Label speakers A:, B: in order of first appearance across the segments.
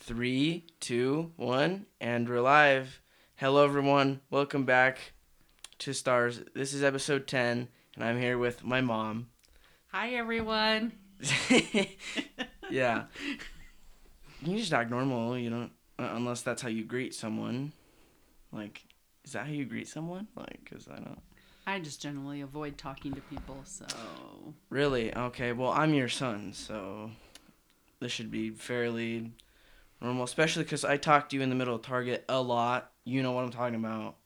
A: Three, two, one, and we're live. Hello, everyone. Welcome back to Stars. This is episode 10, and I'm here with my mom.
B: Hi everyone.
A: yeah. You just act normal, you don't, uh, unless that's how you greet someone. Like, is that how you greet someone? Like, because I don't.
B: I just generally avoid talking to people, so
A: Really? Okay, well, I'm your son, so this should be fairly normal, especially because I talked to you in the middle of Target a lot. You know what I'm talking about.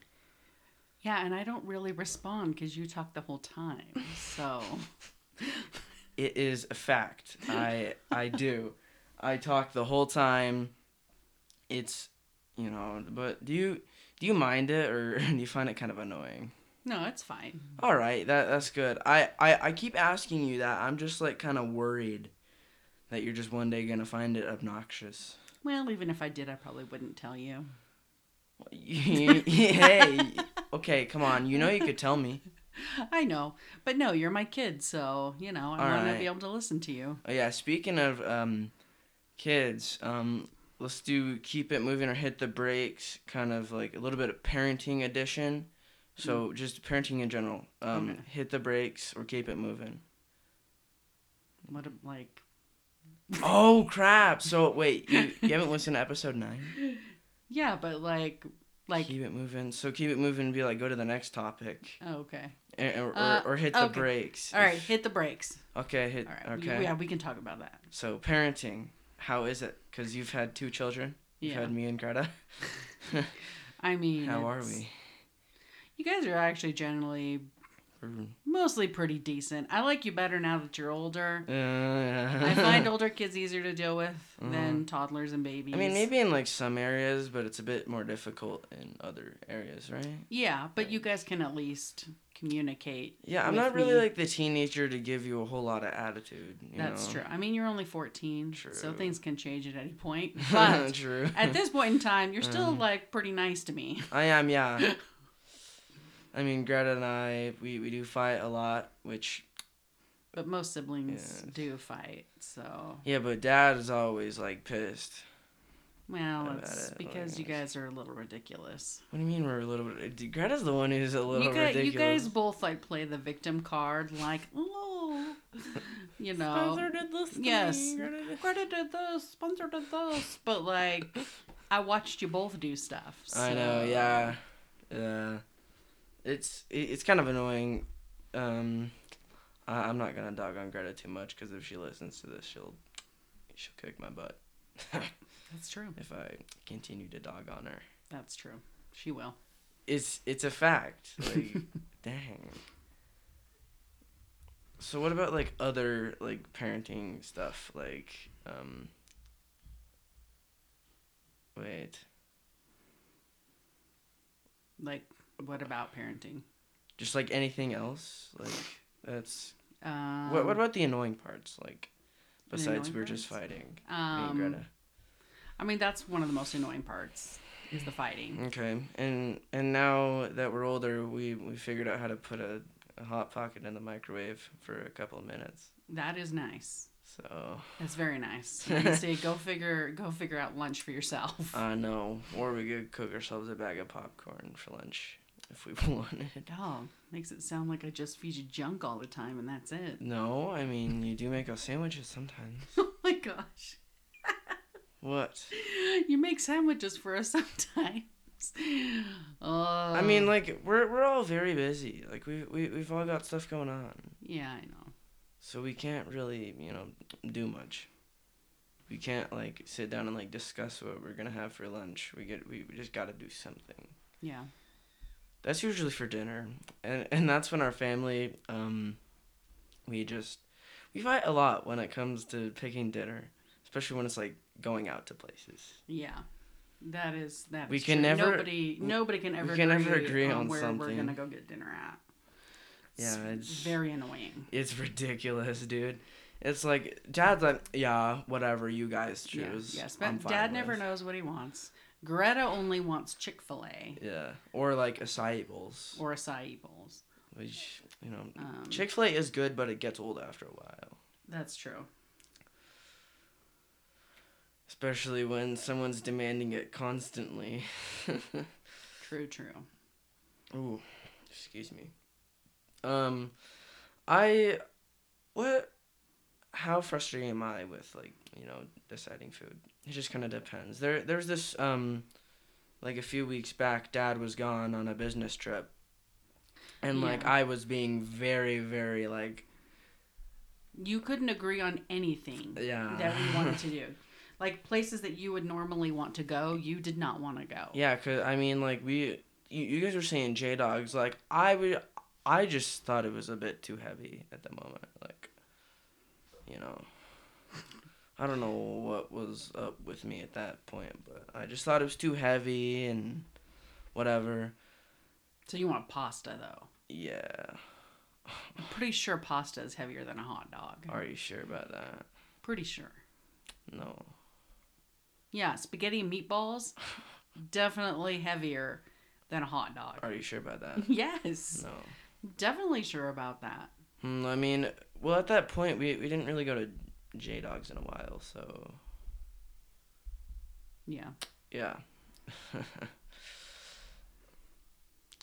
B: yeah, and I don't really respond because you talk the whole time. So
A: It is a fact. I I do. I talk the whole time. It's you know, but do you do you mind it or do you find it kind of annoying?
B: no, it's fine.
A: All right, that that's good. I I, I keep asking you that. I'm just like kind of worried that you're just one day gonna find it obnoxious.
B: Well, even if I did, I probably wouldn't tell you.
A: hey, okay, come on. You know you could tell me.
B: I know, but no, you're my kid, so you know I
A: All
B: want
A: right.
B: to be able to listen to you.
A: Oh yeah, speaking of um, kids, um, let's do keep it moving or hit the brakes, kind of like a little bit of parenting edition. So just parenting in general. Um,
B: Hmm. Okay.
A: hit the brakes or keep it moving.
B: What am- like?
A: oh crap! So wait, you, you haven't listened to episode nine?
B: Yeah, but like, like.
A: keep it moving. So keep it moving. and Be like, go to the next topic,
B: oh, okay.
A: and, or,
B: Uh,
A: or hit the
B: okay.
A: brakes.
B: All right, hit the brakes.
A: Okay. Hit.
B: All right.
A: Okay.
B: Yeah, we can talk about that.
A: So parenting, how is it? Because you've had two children. You've
B: Yeah.
A: had me and Greta.
B: I mean,
A: How are
B: it's-
A: we?
B: You guys are actually generally mostly pretty decent. I like you better now that you're older. I find older kids easier to deal with than toddlers and babies.
A: Mm-hmm. I mean, maybe in like some areas, but it's a bit more difficult in other areas, right?
B: Yeah, but you guys can at least communicate.
A: Yeah, I'm
B: with
A: not really
B: me.
A: like the teenager to give you a whole lot of attitude. You
B: That's
A: know?
B: true. I mean, you're only 14, so
A: True.
B: things can change at any point. But
A: true. Mm.
B: at this point in time, you're still like pretty nice to me.
A: I am, yeah. I mean, Greta and I, we, we do fight a lot, which
B: But most siblings
A: Yes.
B: do fight, so
A: yeah, but Dad is always like pissed.
B: well,
A: About
B: it's
A: it,
B: because
A: like-
B: you guys are a little ridiculous.
A: What do you mean we're a little bit? Greta's the one who's a little
B: you, guys, you
A: ridiculous.
B: guys both like play the victim card, like oh, you know.
A: did this.
B: to Yes. me, Greta did this, Spencer did this, but like, I watched you both do stuff.
A: I know.
B: so-
A: Yeah. Yeah. It's it, it's kind of annoying. Um, I, I'm not gonna dog on Greta too much because if she listens to this, she'll she'll kick my butt
B: that's true.
A: if I continue to dog on her.
B: That's true. She will.
A: It's it's a fact. Like, dang. So what about like other like parenting stuff like um wait
B: Like, what about parenting?
A: just like anything else like that's
B: Um,
A: what, what about the annoying parts? Like,
B: the
A: besides
B: annoying
A: we're just
B: parts?
A: fighting. me and
B: Um,
A: Greta.
B: I mean, that's one of the most annoying parts is the fighting.
A: Okay, and and now that we're older, we we figured out how to put a, a hot pocket in the microwave for a couple of minutes.
B: That is nice.
A: So
B: That's very nice. You say, go figure, go figure out lunch for yourself.
A: I know, or we could cook ourselves a bag of popcorn for lunch if we wanted.
B: Dog makes it sound like I just feed you junk all the time, and that's it.
A: No, I mean you do make us sandwiches sometimes.
B: Oh my gosh.
A: What?
B: You make sandwiches for us sometimes. Oh,
A: I mean, like we're we're all very busy. Like we we we've all got stuff going on.
B: yeah, I know.
A: So we can't really, you know, do much. We can't like sit down and like discuss what we're gonna have for lunch. We get we, we just gotta do something.
B: Yeah,
A: That's usually for dinner, and and that's when our family, um, we just we fight a lot when it comes to picking dinner, especially when it's like going out to places.
B: yeah, that is that.
A: We
B: is
A: can
B: true.
A: never-
B: Nobody, nobody can ever.
A: can
B: agree
A: never agree
B: on,
A: on
B: where we're
A: something.
B: gonna go get dinner at.
A: Yeah, it's-
B: very annoying.
A: It's ridiculous, dude. It's like dad's like, yeah, whatever you guys choose.
B: Yeah, yes,
A: I'm
B: but
A: fine
B: Dad never
A: with."
B: knows what he wants. Greta only wants Chick Fil A
A: Yeah, or like acai bowls.
B: or acai bowls.
A: Which you know,
B: Um,
A: Chick Fil A is good, but it gets old after a while.
B: That's true.
A: Especially when someone's demanding it constantly.
B: True, true.
A: Ooh, excuse me. Um, I, what, how frustrated am I with like you know deciding food? It just kind of depends. There, there's this um, like a few weeks back, Dad was gone on a business trip, and like
B: Yeah.
A: I was being very, very like
B: You couldn't agree on anything
A: yeah
B: that we wanted to do. Like places that you would normally want to go, you did not want to go.
A: Yeah, cause I mean, like we, you, you guys were saying J Dogs. Like I would, I just thought it was a bit too heavy at the moment. Like, you know, I don't know what was up with me at that point, but I just thought it was too heavy and whatever.
B: So you want pasta though.
A: Yeah,
B: I'm pretty sure pasta is heavier than a hot dog.
A: are you sure about that?
B: Pretty sure.
A: No.
B: Yeah, spaghetti and meatballs definitely heavier than a hot dog.
A: Are you sure about that?
B: Yes.
A: No.
B: Definitely sure about that.
A: Hmm, I mean, well, at that point, we we didn't really go to J Dogs in a while, so
B: Yeah.
A: Yeah.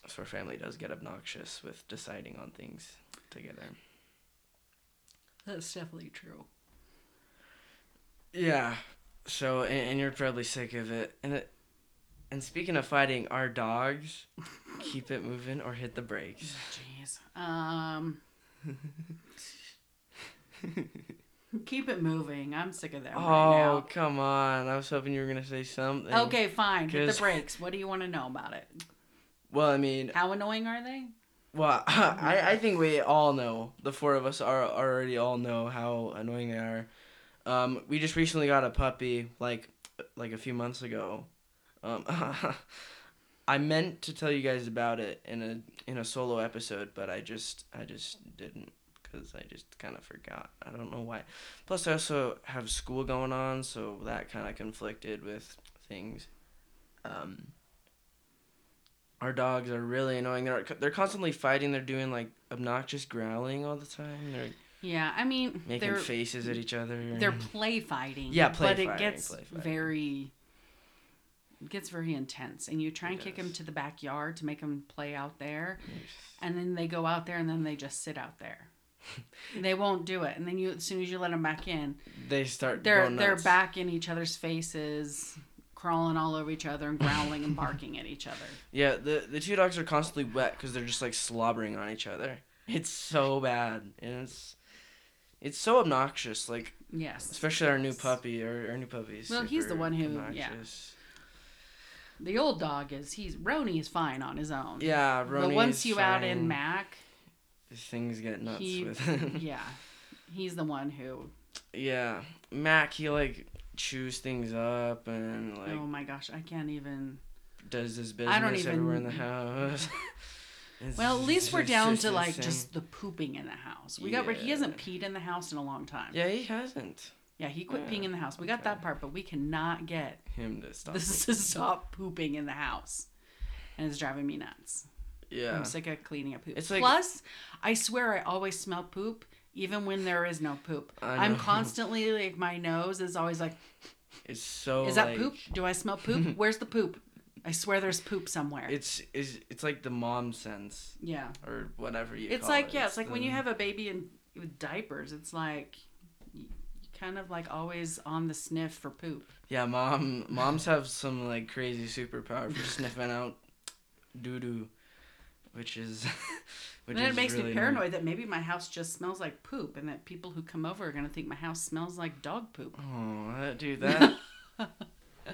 A: That's where family does get obnoxious with deciding on things together.
B: That's definitely true.
A: Yeah. So, and, and you're probably sick of it. And it, and speaking of fighting our dogs, keep it moving or hit the brakes.
B: Jeez. Um Keep it moving. I'm sick of that
A: oh,
B: right
A: come on. I was hoping you were going to say something.
B: now. Okay, fine. Hit
A: Cause-
B: the brakes. What do you want to know about it?
A: Well, I mean,
B: How annoying are they?
A: Well, I, I think we all know the four of us are already all know how annoying they are. Um, we just recently got a puppy, like like a few months ago. Um, I meant to tell you guys about it in a in a solo episode, but I just I just didn't because I just kind of forgot. I don't know why. Plus, I also have school going on, so that kind of conflicted with things. Um, our dogs are really annoying. They're they're constantly fighting. They're doing like obnoxious growling all the time. They're
B: Yeah, I mean
A: making
B: they're
A: faces at each other.
B: they're play fighting.
A: Mm-hmm. Yeah, play
B: but it
A: fighting,
B: gets
A: play fighting.
B: very it gets very intense, and you try
A: It
B: and kick them
A: does.
B: to the backyard to make them play out there, and then they go out there, and then they just sit out there. they won't do it, and then you as soon as you let them back in,
A: They start.
B: they're
A: going
B: they're
A: nuts.
B: back in each other's faces, crawling all over each other and growling and barking at each other.
A: Yeah, the the two dogs are constantly wet because they're just like slobbering on each other. It's so bad, and it's it's so obnoxious. Like
B: Yes,
A: especially our new puppy. Our, our new puppy. is
B: Well, he's the
A: super
B: one who- yeah. The old dog is he's Rony is fine on his own.
A: Yeah, Ronnie's
B: but once you out in
A: fine.
B: Mac,
A: things get nuts
B: he-
A: with him.
B: yeah, he's the one who.
A: Yeah, Mac. He like chews things up and like
B: oh my gosh, I can't even.
A: does his business
B: I don't
A: everywhere in
B: even-
A: the house. It's
B: Well, at least we're down
A: just
B: to like
A: insane.
B: just the pooping in the house. We got rid. He
A: Yeah.
B: hasn't peed in the house in a long time.
A: yeah, he hasn't
B: Yeah, he quit peeing
A: Yeah,
B: in the house. We
A: okay.
B: got that part, but we cannot get
A: him to stop.
B: this to stop pooping in the house, and it's driving me nuts.
A: yeah,
B: I'm sick of cleaning up poop.
A: It's like-
B: Plus, I swear I always smell poop, even when there is no poop.
A: I
B: I'm
A: know.
B: constantly like my nose is always like.
A: it's so.
B: Is that
A: Oh, like,
B: poop? Do I smell poop? Where's the poop? I swear there's poop somewhere.
A: It's is it's like the mom sense
B: yeah.
A: or whatever you.
B: It's
A: call
B: like
A: it.
B: yeah, it's like when you
A: the-
B: have a baby in with diapers, it's like you you're kind of like always on the sniff for poop.
A: Yeah, mom. Moms have some like crazy superpower for sniffing out doo doo, which is. which
B: then it
A: is
B: makes
A: really
B: me
A: annoying.
B: paranoid that maybe my house just smells like poop and that people who come over are going to think my house smells like dog poop.
A: Oh, that, dude, that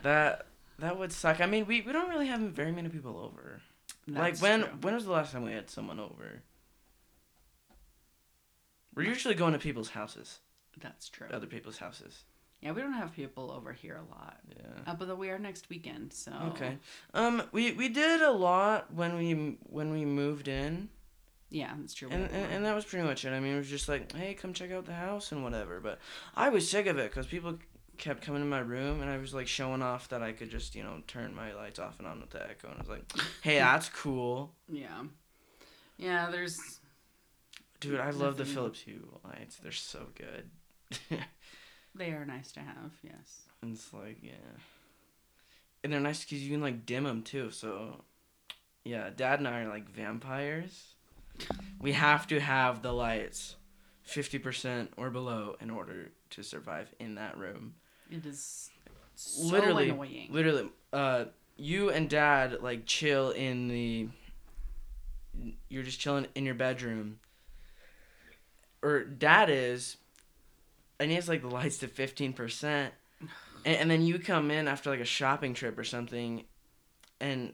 A: that that would suck. I mean, we, we don't really have very many people over. like
B: That's
A: when
B: true.
A: when was the last time we had someone over? We're usually going to people's houses,
B: That's true.
A: other people's houses.
B: Yeah, we don't have people over here a lot.
A: Yeah.
B: Uh, but we are next weekend, so
A: Okay.
B: Oh.
A: Um, we we did a lot when we when we moved in,
B: Yeah, that's true. We
A: and,
B: have
A: and
B: one.
A: and that was pretty much it. I mean, it was just like, hey, come check out the house and whatever. But I was sick of it because people kept coming to my room and I was like showing off that I could just you know turn my lights off and on with the echo, and I was like, hey, that's cool.
B: yeah, yeah. There's
A: Dude, I love the
B: Nothing.
A: Philips Hue lights. They're so good.
B: They are nice to have, yes.
A: And it's like, yeah. And they're nice because you can like dim them too. So, yeah, Dad and I are like vampires. We have to have the lights fifty percent or below in order to survive in that room.
B: It is so
A: Literally-
B: annoying.
A: Literally, uh, you and Dad like chill in the. You're just chilling in your bedroom. Or Dad is, and he has like the lights to fifteen percent, and, and then you come in after like a shopping trip or something, and.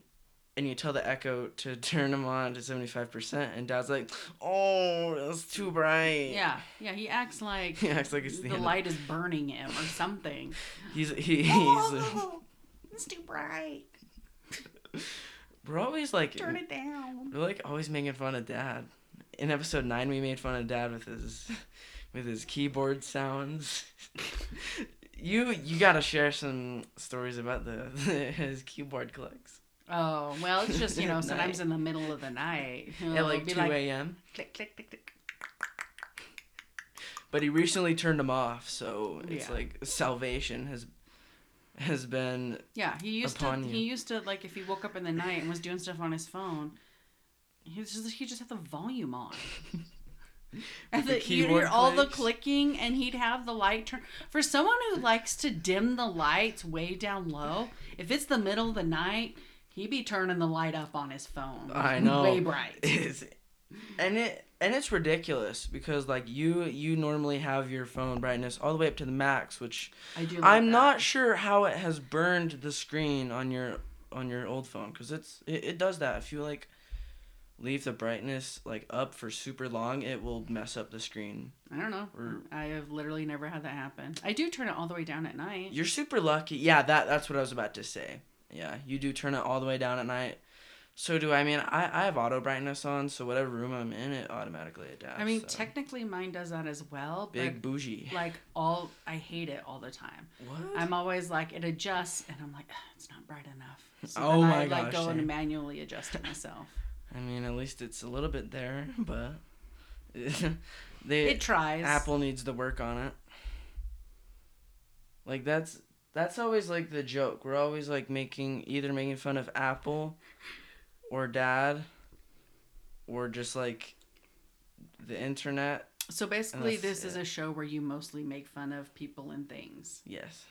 A: And you tell the Echo to turn them on to seventy five percent, and Dad's like, "Oh, that's too bright."
B: yeah, yeah. He acts like
A: He acts like it's the,
B: the,
A: end of-
B: light is burning him or something.
A: He's he, he's.
B: oh, it's too bright.
A: We're always like
B: Turn it down.
A: we're like always making fun of dad. In episode nine, we made fun of dad with his with his keyboard sounds. you you gotta share some stories about the, his keyboard clicks
B: Oh well, it's just you know
A: Night.
B: sometimes in the middle of the night
A: at like two a.m.
B: Mm, click click click click.
A: But he recently turned them off, so it's
B: Yeah.
A: like salvation has has been
B: Yeah, he used
A: Upon
B: to.
A: you.
B: He used to like if he woke up in the night and was doing stuff on his phone. He was just he just had the volume on. And
A: the
B: the, you
A: keyboard
B: hear all the
A: clicks.
B: clicking, and he'd have the light turn. For someone who likes to dim the lights way down low, if it's the middle of the night, he'd be turning the light up on his phone.
A: I know.
B: way bright.
A: is and it and it's ridiculous because like you you normally have your phone brightness all the way up to the max which
B: I do. Like
A: i'm
B: that.
A: not sure how it has burned the screen on your on your old phone because it's it, it does that if you like leave the brightness like up for super long it will mess up the screen
B: I don't know.
A: Or-
B: I have literally never had that happen. I do turn it all the way down at night.
A: you're super lucky yeah that that's what i was about to say yeah you do turn it all the way down at night so do i I mean i i have auto brightness on so whatever room i'm in it automatically adapts
B: I mean,
A: so.
B: technically mine does that as well, but
A: big bougie
B: like all I hate it all the time.
A: what
B: I'm always like it adjusts, and I'm like "Ugh, it's not bright enough. So
A: Oh
B: then
A: my
B: I
A: gosh,
B: like go
A: same.
B: and manually adjust it myself.
A: I mean, at least it's a little bit there, but they
B: It tries.
A: Apple needs to work on it. Like that's that's always like the joke. We're always like making either making fun of Apple or dad or just like the internet.
B: So basically,
A: That's
B: this is
A: it.
B: a show where you mostly make fun of people and things.
A: Yes.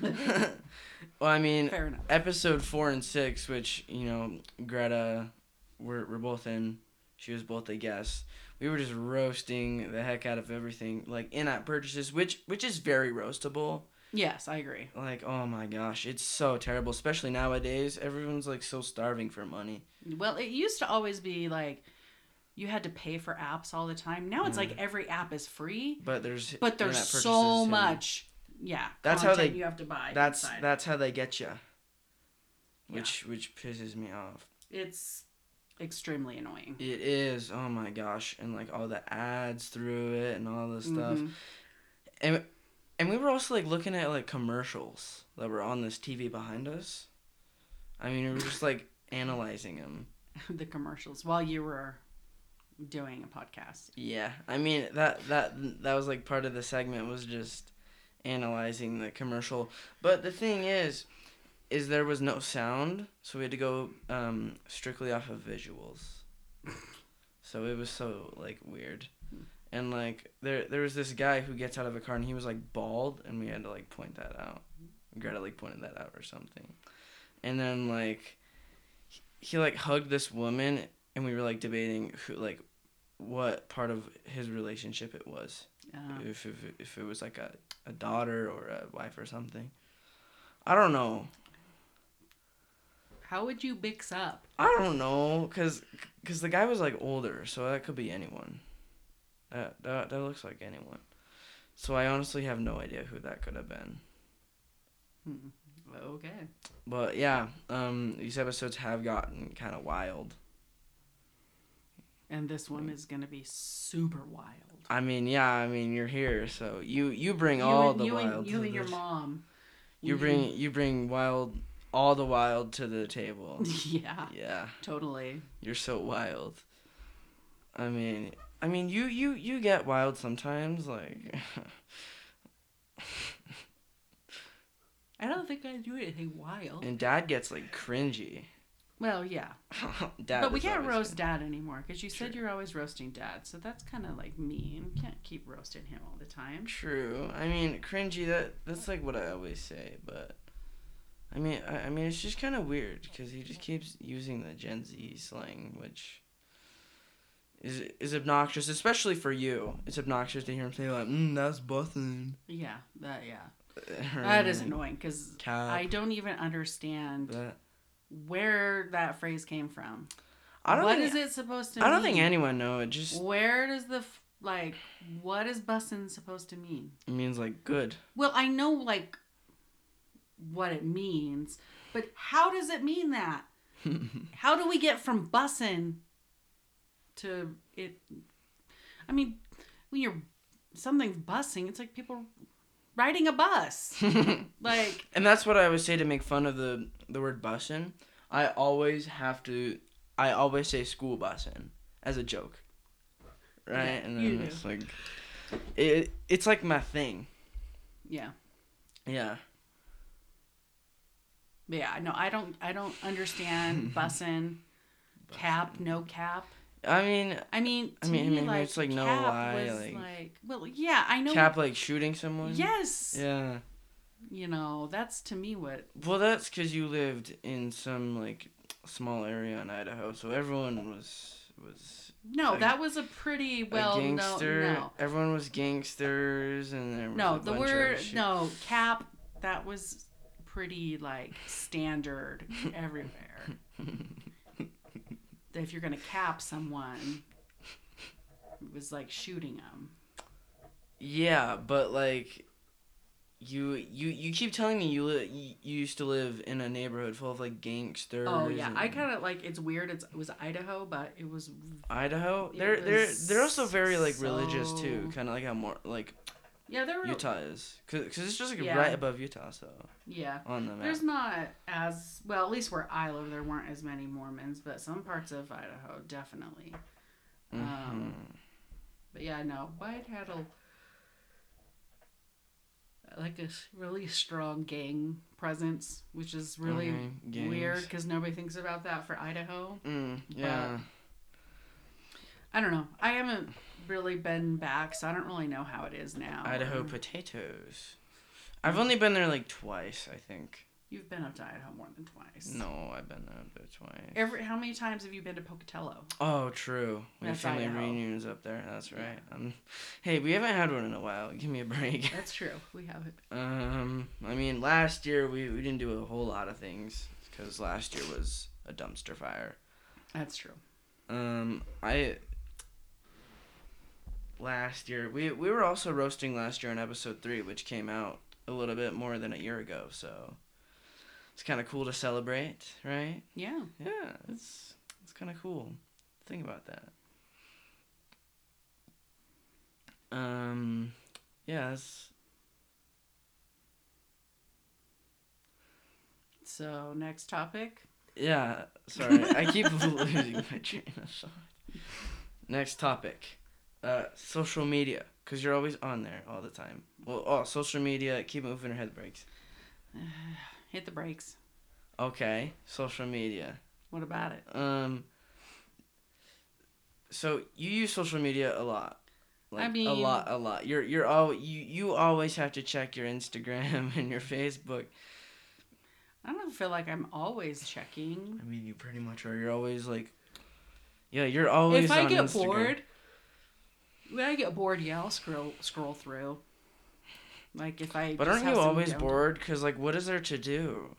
A: well, I mean,
B: Fair enough.
A: episode 4 and 6, which, you know, Greta we're, we're both in. She was both a guest. We were just roasting the heck out of everything, like in-app purchases, which which is very roastable.
B: Yes, I agree.
A: Like, oh my gosh, it's so terrible, especially nowadays. Everyone's like so starving for money.
B: Well, it used to always be like you had to pay for apps all the time. Now it's
A: Mm.
B: like every app is free,
A: But there's
B: but there's
A: in-app
B: so
A: purchases and
B: much. Yeah,
A: That's how
B: content
A: they-
B: you have to buy.
A: That's
B: inside.
A: that's how they get you. Which which pisses me off.
B: It's extremely annoying.
A: It is. Oh my gosh, and like all the ads through it and all this stuff.
B: Mhm.
A: and and we were also like looking at like commercials that were on this TV behind us. I mean, we were just like analyzing them.
B: Mm-hmm. the commercials while you were doing a podcast.
A: Yeah, I mean that that that was like part of the segment was just analyzing the commercial. But the thing is, is there was no sound, so we had to go um, strictly off of visuals. So it was so like weird, and like there there was this guy who gets out of a car and he was like bald, and we had to like point that out. Greta like pointed that out or something, and then like he, he like hugged this woman, and we were like debating who like what part of his relationship it was.
B: Um,
A: If, if if it was like a, a daughter or a wife or something. I don't know.
B: how would you mix up?
A: I don't know cuz cuz the guy was like older, so that could be anyone. That that, that looks like anyone. So I honestly have no idea who that could have been.
B: Hmm. Okay.
A: But yeah, um these episodes have gotten kind of wild.
B: And this one is going to be super wild.
A: I mean, yeah, I mean, you're here, so you you bring
B: You
A: all
B: and,
A: the
B: you
A: wild.
B: and,
A: to
B: you and your
A: this.
B: mom.
A: You bring you bring wild all the wild to the table.
B: yeah,
A: yeah,
B: totally.
A: you're so wild. I mean, I mean you you you get wild sometimes like
B: I don't think I do anything wild.
A: And dad gets like cringy.
B: Well, yeah.
A: dad
B: but we
A: is
B: can't
A: always
B: roast dad anymore because you said
A: Sure.
B: you're always roasting dad. So that's kind of like mean. You can't keep roasting him all the time.
A: True. I mean, cringy. That that's like what I always say, but I mean, I, I mean, it's just kind of weird because he just keeps using the Gen Z slang, which is is obnoxious, especially for you. It's obnoxious to hear him say like, mm, "That's busting."
B: Yeah, that yeah. That is annoying because
A: Cap.
B: I don't even understand
A: Uh, that.
B: where that phrase came from.
A: I don't
B: What
A: think,
B: is it supposed to mean?
A: I don't think anyone know. It just
B: Where does the f- like what is bussin supposed to mean?
A: means like good.
B: Well, I know like what it means, but how does it mean that? How do we get from bussin to it? I mean, when you're something's bussing, it's like people riding a bus.
A: and
B: Like,
A: that's what I always say to make fun of the the word bussin. I always have to. I always say school bussin as a joke, right?
B: Yeah,
A: and
B: you
A: then
B: do.
A: it's like, it it's like my thing.
B: yeah,
A: Yeah.
B: but yeah. No, I don't. I don't understand bussin. Cap, no cap.
A: I mean,
B: I mean,
A: I
B: to
A: mean,
B: me,
A: maybe
B: like,
A: it's, like, no
B: cap
A: lie,
B: was
A: like-
B: like, well, yeah, I know.
A: cap like shooting someone.
B: yes,
A: Yeah.
B: you know, that's to me what
A: Well, that's because you lived in some like small area in Idaho, so everyone was was
B: No,
A: a-
B: that was a pretty well
A: a
B: known. No,
A: gangster.
B: no,
A: Everyone was gangsters, and there was
B: no
A: a
B: the
A: bunch
B: word
A: of shit.
B: no cap. That was pretty like standard everywhere. That if you're gonna cap someone, it was like shooting them.
A: Yeah, but like, you you you keep telling me you li- you you used to live in a neighborhood full of like gangsters.
B: Oh yeah,
A: and-
B: I kind of like it's weird. It's, it was Idaho, but it was
A: Idaho.
B: It
A: They're they're
B: was
A: they're also very like religious too,
B: so-
A: kind of like how more like
B: yeah there were
A: Utah is, cause, 'cause it's just like
B: Yeah.
A: right above Utah, so
B: yeah.
A: on the map.
B: There's not as well, at least where I live, there weren't as many Mormons, but some parts of Idaho definitely. Um,
A: Mhm.
B: But yeah, no, Biden had a like a s- really strong gang presence, which is
A: Mm-hmm.
B: really weird 'cause
A: Okay, gangs.
B: weird because nobody thinks about that for Idaho.
A: Mm, yeah.
B: I don't know. I haven't really been back, so I don't really know how it is now.
A: Idaho
B: Um, mm.
A: potatoes. I've only been there like twice, I think.
B: You've been up to Idaho more than twice.
A: No, I've been there but twice.
B: Every how many times have you been to Pocatello?
A: Oh, true. We have
B: That's
A: family
B: Idaho.
A: reunions up there. That's
B: Yeah.
A: right. Um, hey, we haven't had one in a while. Give me a break.
B: That's true. We haven't.
A: Um, I mean, last year we, we didn't do a whole lot of things because last year was a dumpster fire.
B: That's true.
A: Um, I last year we we were also roasting last year on episode three, which came out a little bit more than a year ago. So it's kind of cool to celebrate, right?
B: Yeah.
A: Yeah, it's it's kind of cool. Think about that. Um, yeah, that's
B: So next topic.
A: yeah. Sorry, I keep losing my train of thought. Next topic, uh, social media, cause you're always on there all the time. Well, oh, social media. Keep moving your head breaks.
B: Hit the brakes.
A: Okay, social media.
B: What about it?
A: Um. So you use social media a lot. Like, a
B: mean-
A: lot, a lot. You're you're all you you always have to check your Instagram and your Facebook.
B: I don't feel like I'm always checking.
A: I mean, you pretty much are. You're always like, yeah, you're always.
B: if I
A: on
B: get
A: Instagram.
B: bored, when I get bored, yeah, I'll scroll scroll through. Like if I.
A: but
B: just
A: aren't
B: have
A: you
B: some
A: always
B: down-
A: bored? Cause like, what is there to do?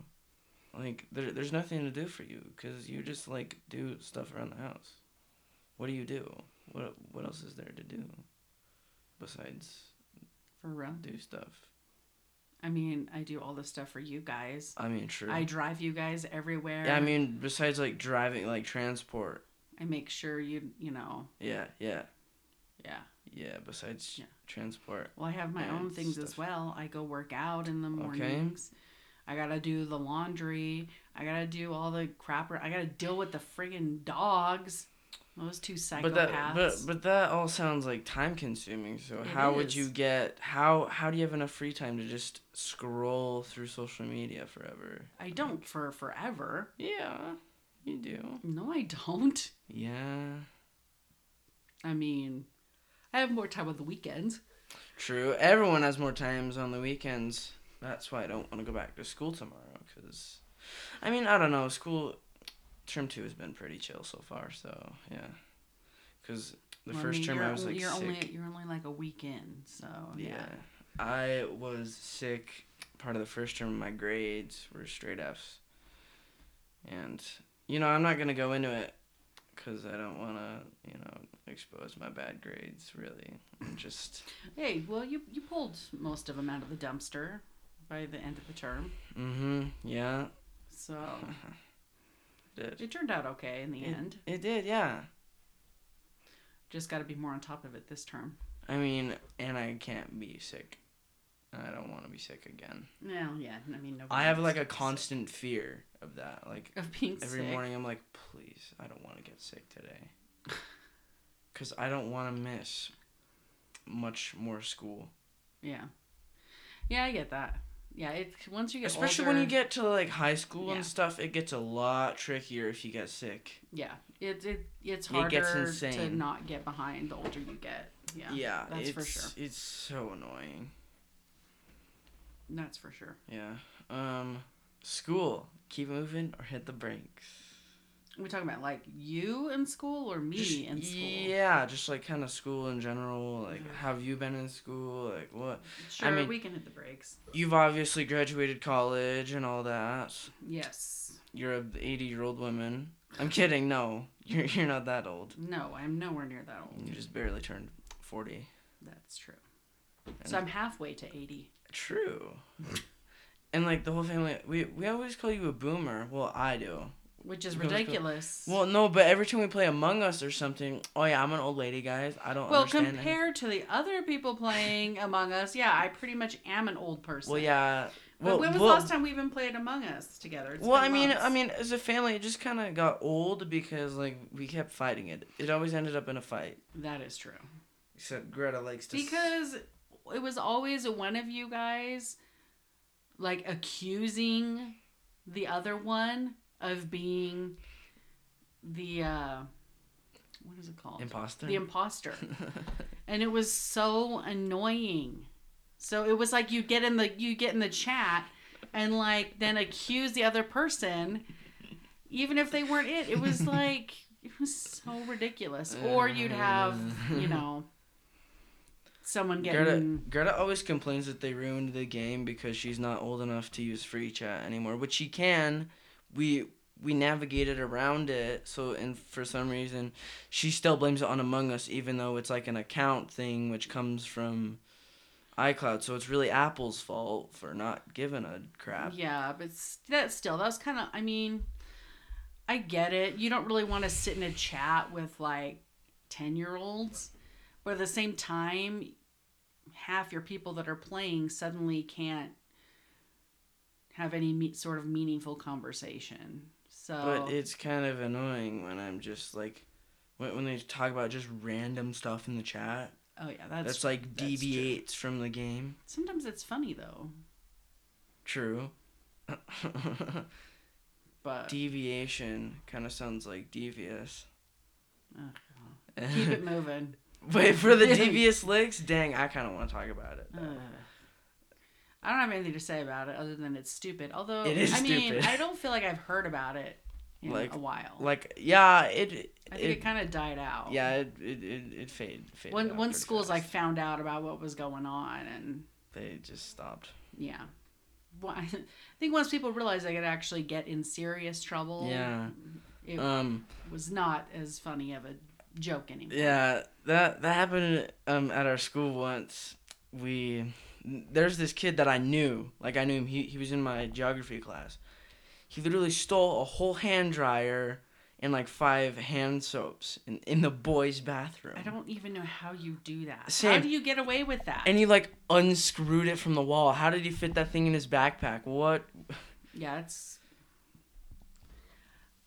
A: Like, there, there's nothing to do for you. Cause you just like do stuff around the house. What do you do? What what else is there to do? Besides
B: for real?
A: do stuff.
B: I mean, I do all this stuff for you guys.
A: I mean, true.
B: I drive you guys everywhere.
A: Yeah, I mean, besides like driving, like transport.
B: I make sure you you know.
A: Yeah, yeah,
B: Yeah.
A: yeah. Besides
B: Yeah.
A: transport.
B: Well, I have my
A: Yeah,
B: own
A: it's
B: things
A: stuff.
B: as well. I go work out in the mornings. I gotta do the laundry. I gotta do all the crap. I gotta deal with the friggin' dogs. Those two psychopaths.
A: But that, but, but that all sounds like time consuming. So
B: It
A: how would
B: is.
A: you get how how do you have enough free time to just scroll through social media forever?
B: I don't for forever.
A: Yeah, you do.
B: No, I don't.
A: Yeah,
B: I mean, I have more time on the weekends.
A: true. Everyone has more times on the weekends. That's why I don't want to go back to school tomorrow. Cause, I mean, I don't know. School term two has been pretty chill so far. So yeah, cause the
B: Well, I
A: first
B: mean,
A: term I
B: you're-
A: was like
B: you're
A: sick.
B: only you're only like a weekend, so
A: Yeah.
B: yeah.
A: I was sick part of the first term. My grades were straight Fs. And, you know, I'm not going to go into it because I don't want to, you know, expose my bad grades, really. I'm just,
B: Hey, well, you you pulled most of them out of the dumpster by the end of the term,
A: mm hmm, yeah.
B: so
A: Did.
B: it turned out okay in the
A: It-
B: end.
A: It did, yeah.
B: Just got to be more on top of it this term.
A: I mean, and I can't be sick. I don't want to be sick again.
B: Well, yeah, I mean, no.
A: I have like a constant fear of that. Like,
B: of being
A: Every
B: sick.
A: morning I'm like, please, I don't want to get sick today. Because I don't want to miss much more school.
B: Yeah, yeah, I get that. Yeah, it's once you get
A: Especially when you
B: older-
A: get to like high school
B: Yeah.
A: and stuff, it gets a lot trickier if you get sick.
B: yeah, it it it's
A: It
B: harder
A: gets
B: to
A: insane.
B: not get behind the older you get. Yeah, that's for
A: it's-
B: sure.
A: It's so annoying.
B: That's for sure.
A: Yeah. Um, school, keep moving or hit the brakes.
B: We're talking about like you in school or me
A: Just-
B: in school.
A: Yeah, just like kind of school in general. Like,
B: Yeah.
A: have you been in school? Like, what?
B: Sure,
A: mean-
B: we can hit the brakes.
A: You've obviously graduated college and all that.
B: Yes.
A: you're a 80 year old woman. I'm kidding. No, you're you're not that old.
B: No, I'm nowhere near that old.
A: You just barely turned 40.
B: That's true. So I'm halfway to 80.
A: True. And like the whole family, we we always call you a boomer. Well, I do.
B: Which is
A: No, it's cool.
B: ridiculous.
A: Well, no, but every time we play Among Us or something, oh yeah, I'm an old lady, guys. I don't
B: well,
A: understand. any-"
B: compared to the other people playing Among Us, yeah, I pretty much am an old person.
A: Well, yeah. Well,
B: but when was
A: well,
B: the last time we even played Among Us together? It's
A: Well, I
B: been
A: mean,
B: months.
A: I mean, as a family, it just kind of got old because like we kept fighting it. It always ended up in a fight.
B: that is true.
A: Except Greta likes to. s-
B: Because it was always one of you guys like accusing the other one of being the uh what is it called?
A: imposter.
B: The imposter. and it was so annoying. So it was like you get in the you get in the chat and like then accuse the other person even if they weren't it. It was like it was so ridiculous. Or you'd have, you know, someone
A: Greta,
B: getting
A: Greta always complains that they ruined the game because she's not old enough to use free chat anymore, which she can. We we navigated around it, so and for some reason, she still blames it on Among Us, even though it's like an account thing which comes from iCloud. So it's really Apple's fault for not giving a crap.
B: Yeah, but s- that still that was kind of I mean, I get it. You don't really want to sit in a chat with like 10-year-olds, but at the same time half your people that are playing suddenly can't have any me- sort of meaningful conversation. So
A: But it's kind of annoying when I'm just like, when when they talk about just random stuff in the chat.
B: Oh yeah, that's,
A: That's, like
B: that's true.
A: deviates from the game.
B: Sometimes it's funny though,
A: True.
B: Uh. but
A: Deviation kind of sounds like devious.
B: Ugh, keep it moving.
A: Wait for the devious licks. Dang, I kind of want to talk about it.
B: Ugh. I don't have anything to say about it other than it's stupid. Although
A: It is
B: I mean,
A: stupid.
B: I don't feel like I've heard about it in
A: Like-
B: a while.
A: Like, yeah, it.
B: I think it,
A: it-
B: kind of died out.
A: yeah, it it it, it fade faded.
B: When
A: out
B: once
A: pretty
B: schools like
A: fast.
B: found out about what was going on, and
A: they just stopped.
B: yeah, Well, I think once people realized they could actually get in serious trouble,
A: Yeah.
B: it
A: Um.
B: was not as funny of a joke anymore.
A: Yeah. That that happened um at our school once. We there's this kid that I knew. Like I knew him. He he was in my geography class. He literally stole a whole hand dryer and like five hand soaps in, in the boys' bathroom.
B: I don't even know how you do that. How
A: Same.
B: do you get away with that?
A: and he like unscrewed it from the wall. How did he fit that thing in his backpack? What?
B: Yeah, it's.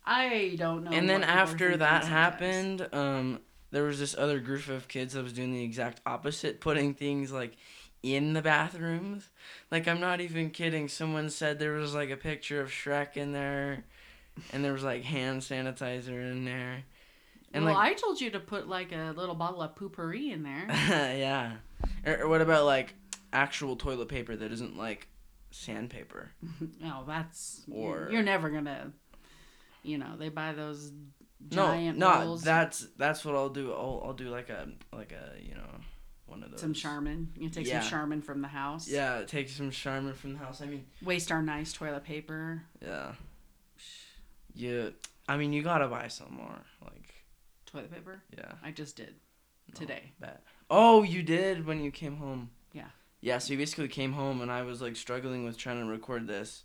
B: I don't know.
A: and then
B: Oh, what the
A: after
B: boyfriend
A: that
B: thinks sometimes.
A: happened, um, there was this other group of kids that was doing the exact opposite, putting things like in the bathrooms. Like I'm not even kidding. Someone said there was like a picture of Shrek in there, and there was like hand sanitizer in there, and
B: well,
A: like
B: I told you to put like a little bottle of poopery in there.
A: yeah. Or, or what about like actual toilet paper that isn't like sandpaper?
B: No, that's
A: Or-
B: or you're never gonna. You know, they buy those
A: No,
B: giant
A: no.
B: rolls.
A: That's that's what I'll do. I'll I'll do like a like a you know one of those
B: some Charmin. You take
A: Yeah.
B: some Charmin from the house.
A: Yeah, take some Charmin from the house. I mean,
B: Waste our nice toilet paper.
A: yeah. You, I mean, you gotta buy some more. Like,
B: Toilet paper.
A: yeah.
B: I just did
A: no,
B: today.
A: bet. Oh, you did when you came home.
B: Yeah.
A: Yeah. So you basically came home, and I was like struggling with trying to record this,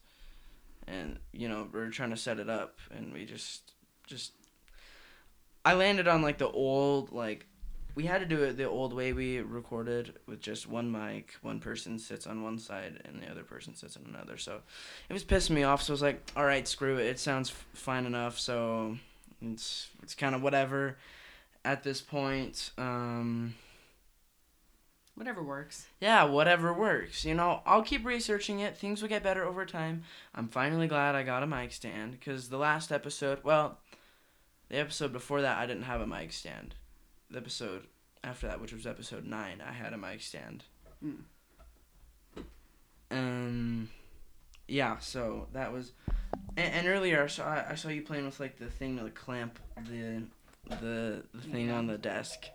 A: and you know we are trying to set it up, and we just, just, I landed on like the old like. We had to do it the old way we recorded with just one mic. One person sits on one side and the other person sits on another. So it was pissing me off. So I was like, all right, screw it. It sounds f- fine enough. So it's it's kind of whatever at this point. Um,
B: Whatever works.
A: yeah, whatever works. You know, I'll keep researching it. Things will get better over time. I'm finally glad I got a mic stand because the last episode, well, the episode before that, I didn't have a mic stand. The episode after that, which was episode nine, I had a mic stand.
B: Mm.
A: Um, yeah. So that was, and, and earlier I saw I saw you playing with like the thing, the clamp, the the the thing on the desk.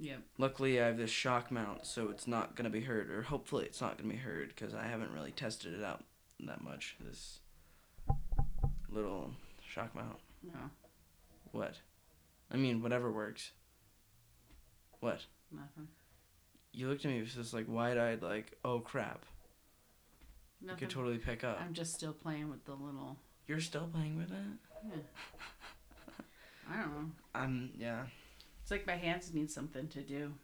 B: Yep.
A: Luckily, I have this shock mount, so it's not gonna be hurt, or hopefully it's not gonna be hurt, because I haven't really tested it out that much. This little shock mount.
B: No.
A: What? I mean, whatever works. What?
B: Nothing.
A: You looked at me with this like wide-eyed, like, oh crap. I
B: Nothing.
A: could totally pick up.
B: I'm just still playing with the little.
A: You're still playing with it?
B: I don't know.
A: Um, yeah.
B: It's like my hands need something to do.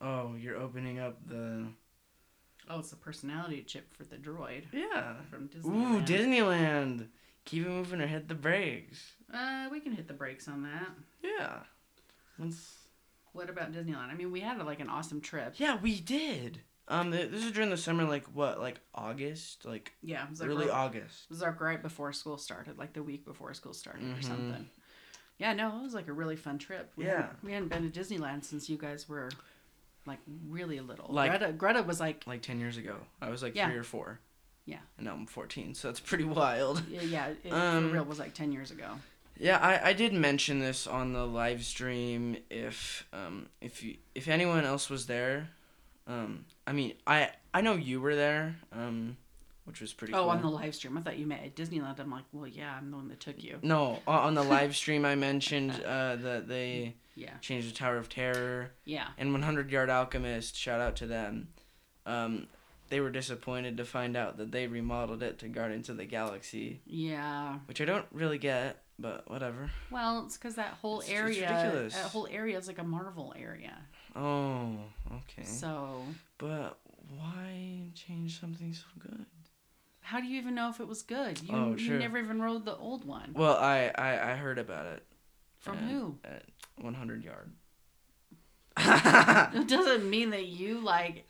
A: Oh, you're opening up the.
B: Oh, it's a personality chip for the droid
A: Yeah.
B: from Disney.
A: Ooh, Disneyland. Keep it moving or hit the brakes.
B: Uh, we can hit the brakes on that.
A: Yeah. Let's.
B: What about Disneyland? I mean, we had like an awesome trip.
A: Yeah, we did. Um, th- this is during the summer, like what, like August, like
B: Yeah, it was like
A: early
B: right-
A: August.
B: It was like right before school started, like the week before school started
A: Mhm.
B: or something. Yeah, no, it was like a really fun trip. We
A: Yeah.
B: hadn't- we hadn't been to Disneyland since you guys were like really little.
A: Like-
B: Greta, Greta was like,
A: Like ten years ago, I was like
B: Yeah.
A: three or four.
B: Yeah.
A: And now I'm fourteen, so that's pretty wild.
B: yeah, yeah, it,
A: Um,
B: for real was like ten years ago.
A: Yeah, I, I did mention this on the live stream. If um if you, if anyone else was there, um I mean I I know you were there um, which was pretty.
B: Oh,
A: cool.
B: on the live stream, I thought you met at Disneyland. I'm like, well, yeah, I'm the one that took you.
A: no o- on the live stream I mentioned uh that they
B: Yeah,
A: changed the Tower of Terror.
B: yeah.
A: and 100 Yard Alchemist, shout out to them. Um, they were disappointed to find out that they remodeled it to Guardians of the Galaxy,
B: Yeah.
A: which I don't really get, but whatever.
B: Well, it's because that whole
A: It's- it's
B: area,
A: ridiculous.
B: that whole area is like a Marvel area.
A: Oh, okay.
B: So,
A: But why change something so good?
B: how do you even know if it was good? You,
A: Oh,
B: you
A: sure.
B: never even rode the old one.
A: Well, I I, I heard about it
B: From
A: and-
B: who?
A: at 100 Yard.
B: It doesn't mean that you like.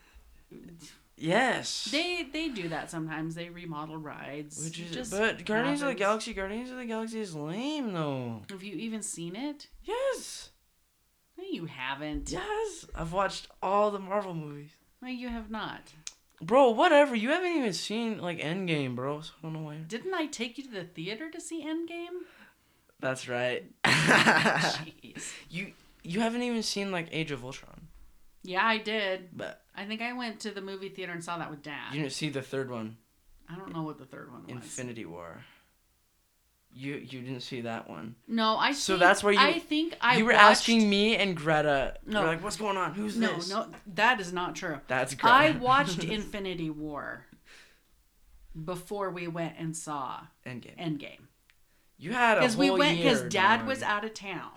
A: yes.
B: They they do that sometimes. They remodel rides.
A: which is
B: It just
A: but Guardians of the
B: happens.
A: Galaxy, Guardians of the Galaxy is lame though.
B: Have you even seen it?
A: Yes.
B: No, you haven't.
A: Yes. I've watched all the Marvel movies.
B: No, you have not.
A: Bro, whatever. You haven't even seen like Endgame, bro. So I don't know why. you're-
B: Didn't I take you to the theater to see Endgame?
A: That's right.
B: Jeez.
A: you you haven't even seen like Age of Ultron,
B: Yeah, I did.
A: but
B: I think I went to the movie theater and saw that with Dad.
A: you didn't see the third one,
B: I don't know what the third one was.
A: Infinity War. You you didn't see that one.
B: No, I.
A: So
B: think-
A: that's where you-
B: I think I.
A: you were
B: watched-
A: asking me and Greta. No,
B: No.
A: like, what's going on? Who's
B: No,
A: this?
B: no, that is not true.
A: That's Greta.
B: I watched Infinity War before we went and saw
A: Endgame.
B: Endgame.
A: You had a
B: because
A: whole
B: we went because
A: year,
B: dad
A: dog.
B: was out of town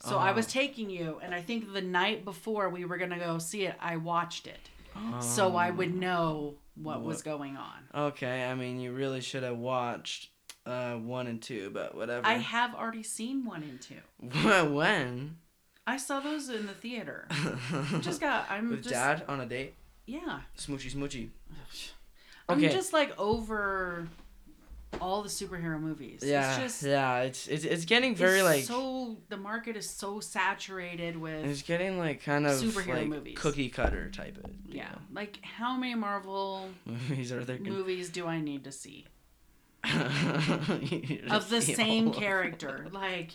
B: so
A: Oh.
B: i was taking you and i think the night before we were gonna go see it i watched it so I
A: Um,
B: would know what,
A: What-
B: was going on.
A: Okay, I mean, you really should have watched uh, one and two, but whatever.
B: I have already seen one and two.
A: when?
B: I saw those in the theater. Just got I'm
A: with
B: just
A: dad on a date?
B: yeah.
A: Smoochy smoochy.
B: I'm
A: Okay.
B: just like over all the superhero movies.
A: yeah,
B: It's just
A: yeah. It's it's it's getting very
B: it's
A: like
B: so the market is so saturated with
A: it's getting like kind of
B: superhero
A: like
B: movies.
A: cookie cutter type of you
B: yeah. Like how many Marvel
A: know, movies are there.
B: movies do I need to see of
A: of
B: the same character? Like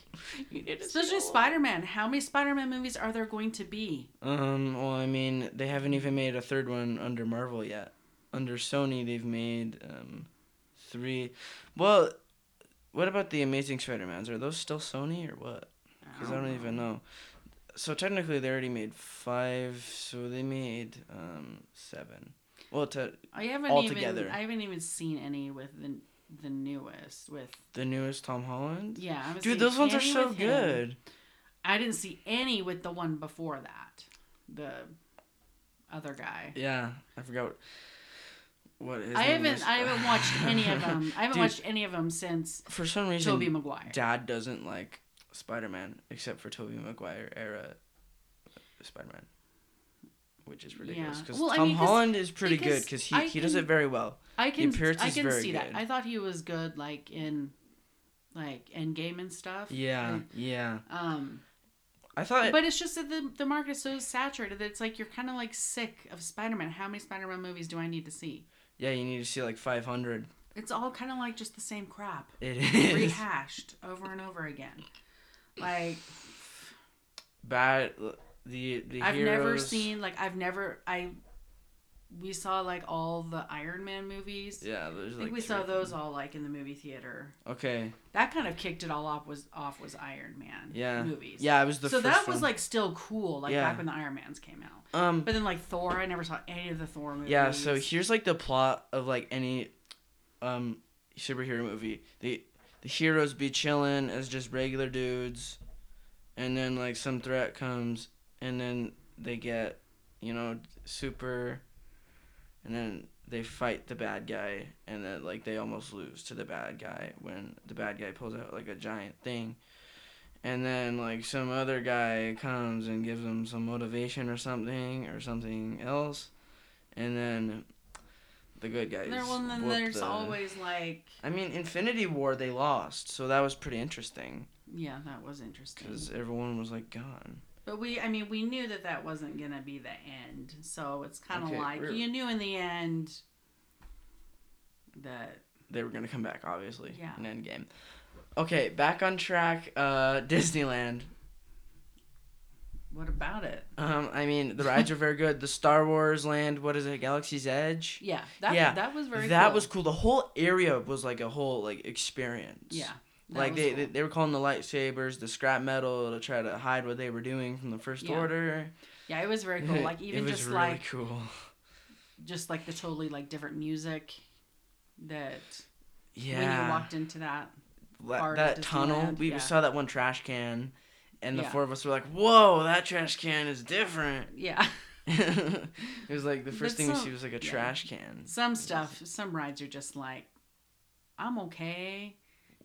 B: especially Spider-Man. How many Spider-Man movies are there going to be?
A: Um. Well, I mean, they haven't even made a third one under Marvel yet. Under Sony, they've made um, three. Well, what about the Amazing Spider-Mans? Are those still Sony or what? Because I don't even know. So technically, they already made five. So they made um seven. Well, to
B: I haven't
A: altogether.
B: even I haven't even seen any with the the newest with
A: the newest Tom Holland.
B: yeah. I haven't
A: Dude,
B: seen
A: those ones are
B: any
A: so
B: with him.
A: good.
B: I didn't see any with the one before that, the other guy.
A: Yeah, I forgot. What, what his
B: I
A: name
B: haven't
A: is.
B: I haven't watched any of them. I haven't
A: Dude.
B: watched any of them since
A: For some reason,
B: Tobey Maguire.
A: Dad doesn't like Spider Man except for Tobey Maguire era Spider Man, which is ridiculous
B: Yeah.
A: because
B: Well, I
A: Tom
B: mean, 'cause-
A: Holland is pretty good
B: because
A: because he,
B: I
A: he does
B: can-
A: it very well.
B: I can
A: appearance
B: I
A: is
B: can
A: very
B: see that.
A: good.
B: I thought he was good like in like Endgame and stuff.
A: Yeah,
B: And,
A: yeah.
B: um
A: I thought
B: but it's just that the, the market is so saturated that it's like you're kind of like sick of Spider-Man. How many Spider-Man movies do I need to see?
A: yeah, you need to see like five hundred.
B: It's all kind of like just the same crap
A: It is
B: rehashed over and over again. Like
A: bad. The the
B: I've never
A: heroes-
B: seen like I've never I we saw like all the Iron Man movies.
A: Yeah, there's
B: I think
A: like three
B: we saw
A: of
B: those
A: them.
B: all like in the movie theater.
A: Okay,
B: That kind of kicked it all off was off was Iron Man
A: yeah,
B: movies.
A: yeah. It was the
B: so
A: first
B: that was
A: one.
B: like still cool, like
A: Yeah.
B: back when the Iron Mans came out.
A: um
B: But then like Thor, I never saw any of the Thor movies.
A: Yeah, so here's like the plot of like any um superhero movie. The the heroes be chilling as just regular dudes and then like some threat comes and then they get, you know, super and then they fight the bad guy and then like they almost lose to the bad guy when the bad guy pulls out like a giant thing. And then like some other guy comes and gives them some motivation or something or something else and then the good guys.
B: there, well, then
A: whoop
B: there's
A: the-
B: always like
A: I mean, Infinity War they lost, so that was pretty interesting
B: yeah, that was interesting.
A: because everyone was like gone.
B: But we, I mean, we knew that that wasn't gonna be the end. So it's kind of
A: Okay,
B: like
A: we're-
B: you knew in the end that
A: They were gonna come back, obviously.
B: Yeah.
A: In Endgame. Okay, back on track. Uh, Disneyland.
B: what about it?
A: Um, I mean, the rides are very good. The Star Wars Land. What is it? Galaxy's Edge.
B: Yeah, that
A: Yeah,
B: that was very
A: that
B: cool.
A: was cool. The whole area was like a whole like experience.
B: yeah. that
A: like
B: was
A: they,
B: cool.
A: they they were calling the lightsabers the scrap metal to try to hide what they were doing from the first
B: Yeah.
A: order.
B: yeah, it was very cool. Like
A: it
B: even
A: was
B: just
A: really
B: like
A: cool.
B: just like the totally like different music that
A: Yeah.
B: when you walked into that.
A: that,
B: part of
A: that tunnel.
B: Disneyland,
A: We
B: yeah.
A: saw that one trash can, and the
B: Yeah.
A: four of us were like, "Whoa, that trash can is different."
B: Yeah,
A: it was like the first
B: But
A: thing we
B: some-
A: see was like a
B: yeah.
A: trash can,
B: some stuff, some rides are just like, I'm okay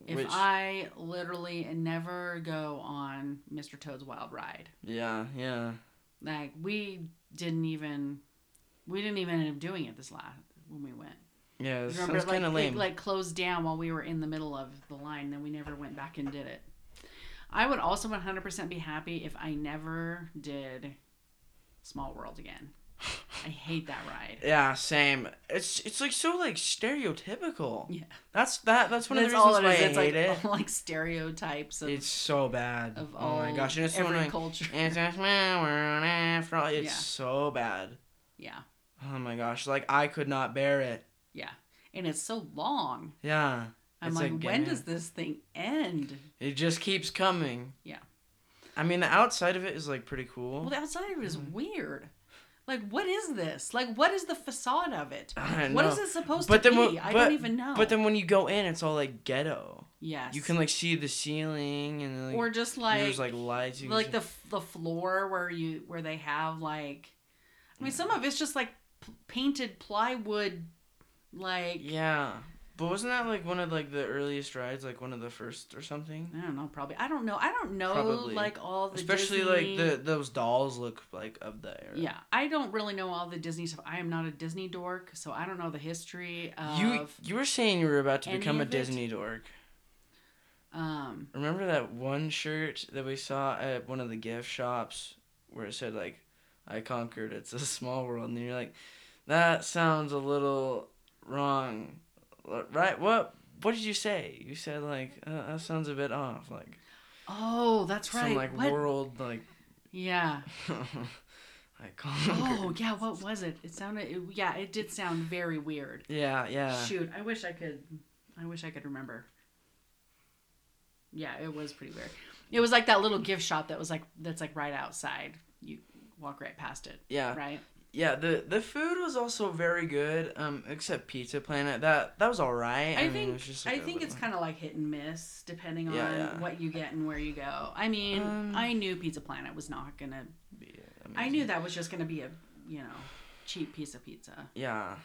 B: if
A: which
B: I literally never go on Mr. Toad's Wild Ride.
A: yeah, yeah,
B: Like we didn't even, we didn't even end up doing it this last when we went.
A: yeah. It
B: Remember,
A: sounds
B: like,
A: kind of lame.
B: It, like closed down while we were in the middle of the line. Then we never went back and did it. I would also 100% be happy if I never did Small World again. I hate that ride.
A: yeah, same. It's it's like so like stereotypical.
B: Yeah,
A: That's that. That's one of
B: that's
A: the reasons
B: all it
A: why I
B: is. It's like,
A: hate it.
B: all, like stereotypes of,
A: It's so bad.
B: of
A: oh
B: all
A: my gosh, and it's so
B: every
A: annoying.
B: culture.
A: It's just my world after all. It's
B: Yeah.
A: so bad.
B: yeah,
A: Oh my gosh, like I could not bear it.
B: yeah, and it's so long.
A: Yeah.
B: I'm
A: It's
B: like,
A: like,
B: when
A: yeah.
B: does this thing end?
A: It just keeps coming.
B: Yeah.
A: I mean, the outside of it is like pretty cool.
B: Well, the outside of it is
A: Mm-hmm.
B: weird. Like, what is this? Like, what is the facade of it?
A: I
B: What is
A: know.
B: it supposed
A: But
B: to
A: then
B: be?
A: when-
B: I
A: but-
B: don't even know.
A: But then when you go in, it's all like ghetto.
B: yes,
A: You can like see the ceiling and like,
B: or just like
A: there's like lights. You can
B: like
A: see-
B: the the floor where you where they have like, I mean, some of it's just like painted plywood, like
A: Yeah. But wasn't that like one of like the earliest rides, like one of the first or something?
B: I don't know, probably. I don't know. I don't know
A: Probably.
B: like all Oh, the
A: Especially like
B: Disney-
A: the those dolls look like of the era.
B: Yeah, I don't really know all the Disney stuff. I am not a Disney dork, so I don't know the history of
A: You you were saying you were about to
B: any
A: become a
B: of it?
A: Disney dork.
B: um
A: Remember that one shirt that we saw at one of the gift shops where it said like I conquered it's a small world and you're like that sounds a little wrong. Right? What what did you say? You said like uh, that sounds a bit off like
B: Oh, that's
A: some
B: right.
A: like
B: what?
A: world like
B: Yeah.
A: I conquered.
B: Oh, yeah, what was it? It sounded it, yeah, it did sound very weird.
A: Yeah, yeah.
B: Shoot, I wish I could I wish I could remember. Yeah, it was pretty weird. It was like that little gift shop that was like that's like right outside. You walk right past it,
A: Yeah.
B: right?
A: Yeah, the the food was also very good. Um except Pizza Planet. That that was all right.
B: I,
A: mean, it
B: think
A: was just
B: I
A: like a
B: think it's
A: little-
B: kind of like hit and miss depending on
A: Yeah, yeah.
B: what you get and where you go. I mean,
A: Um,
B: I knew Pizza Planet was not going to
A: Yeah,
B: I
A: mean,
B: knew that was just going to be a, you know, cheap piece of pizza.
A: Yeah.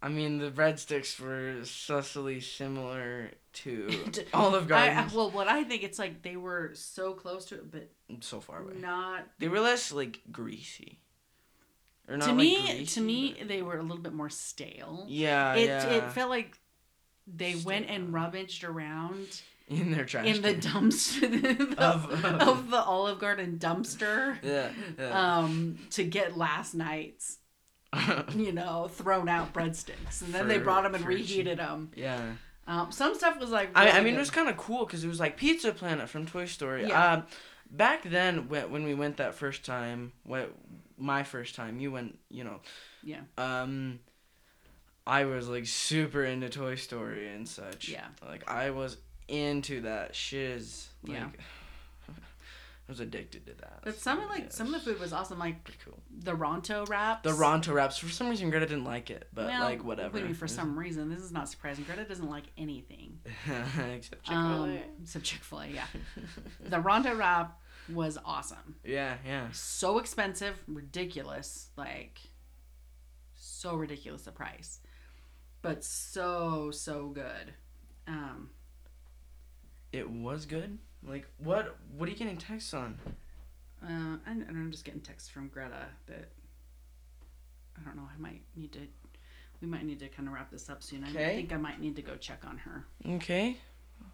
A: I mean, the breadsticks were subtly similar to
B: To-
A: Olive
B: I,
A: Garden.
B: well, what I think it's like they were so close to it, but
A: so far away.
B: not
A: They were less like greasy. Or
B: to
A: like,
B: me. to
A: greasy,
B: me,
A: but-
B: they were a little bit more stale.
A: Yeah,
B: it
A: yeah.
B: it felt like they went and
A: Stale.
B: rummaged around
A: in their trash.
B: in the
A: can.
B: dumpster the-
A: Of-
B: of, the Olive Garden dumpster.
A: Yeah. yeah.
B: Um, to get last night's, you know, thrown out breadsticks, and then they
A: For-
B: brought them and
A: for cheap.
B: reheated them.
A: yeah.
B: Um, some stuff was like,
A: I, I
B: really
A: mean,
B: good.
A: it was kind of cool because it was like Pizza Planet from Toy Story.
B: Yeah.
A: Um, back then, when, when we went that first time, when, my first time, you went, you know.
B: Yeah.
A: Um, I was like super into Toy Story and such.
B: Yeah.
A: Like I was into that shiz. Like,
B: Yeah.
A: I was addicted to that.
B: But some of
A: Yeah,
B: like
A: it
B: some of the
A: was
B: food was awesome, like
A: pretty cool.
B: the Ronto wraps.
A: The Ronto wraps. For some reason, Greta didn't like it, but
B: Well,
A: like whatever.
B: I mean,
A: It
B: for
A: was-
B: some reason, this is not surprising. Greta doesn't like anything.
A: Except Chick Fil
B: Um, except Chick Fil A. Yeah, the Ronto wrap was awesome.
A: yeah, yeah.
B: So expensive, ridiculous, like so ridiculous the price, but so so good. Um,
A: It was good. Like what? What are you getting texts on?
B: uh, and, and I'm just getting texts from Greta that I don't know. I might need to. We might need to kind of wrap this up soon. I
A: Okay.
B: think I might need to go check on her.
A: Okay,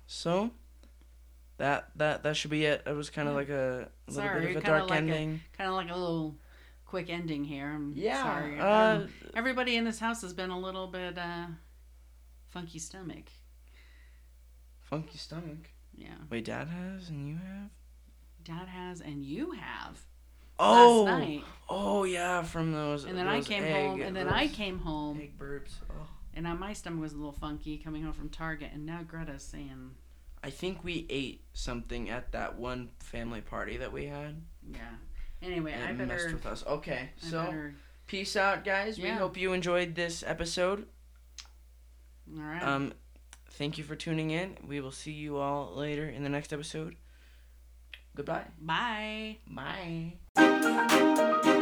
A: so that that that should be it. It was kind of
B: Yeah.
A: like a, a little
B: Sorry,
A: bit of a
B: kinda
A: dark
B: like a-
A: ending.
B: kind of like a little quick ending here. I'm
A: yeah.
B: sorry.
A: Uh,
B: Um, Everybody in this house has been a little bit uh, funky stomach.
A: funky stomach.
B: Yeah,
A: Wait, Dad has and you have.
B: Dad has, and you have
A: Oh.
B: last night.
A: Oh yeah, from those.
B: And then I
A: those
B: came
A: egg-
B: home, and then I
A: those
B: came home,
A: Egg burps. Oh.
B: and I, my stomach was a little funky coming home from Target, and now Greta's saying,
A: I think we ate something at that one family party that we had.
B: "Yeah." Anyway,
A: and
B: I
A: it messed
B: better.
A: with us. Okay,
B: I
A: so
B: better.
A: peace out, guys. We
B: Yeah.
A: hope you enjoyed this episode.
B: All right.
A: Um, thank you for tuning in. We will see you all later in the next episode. Goodbye.
B: Bye.
A: Bye.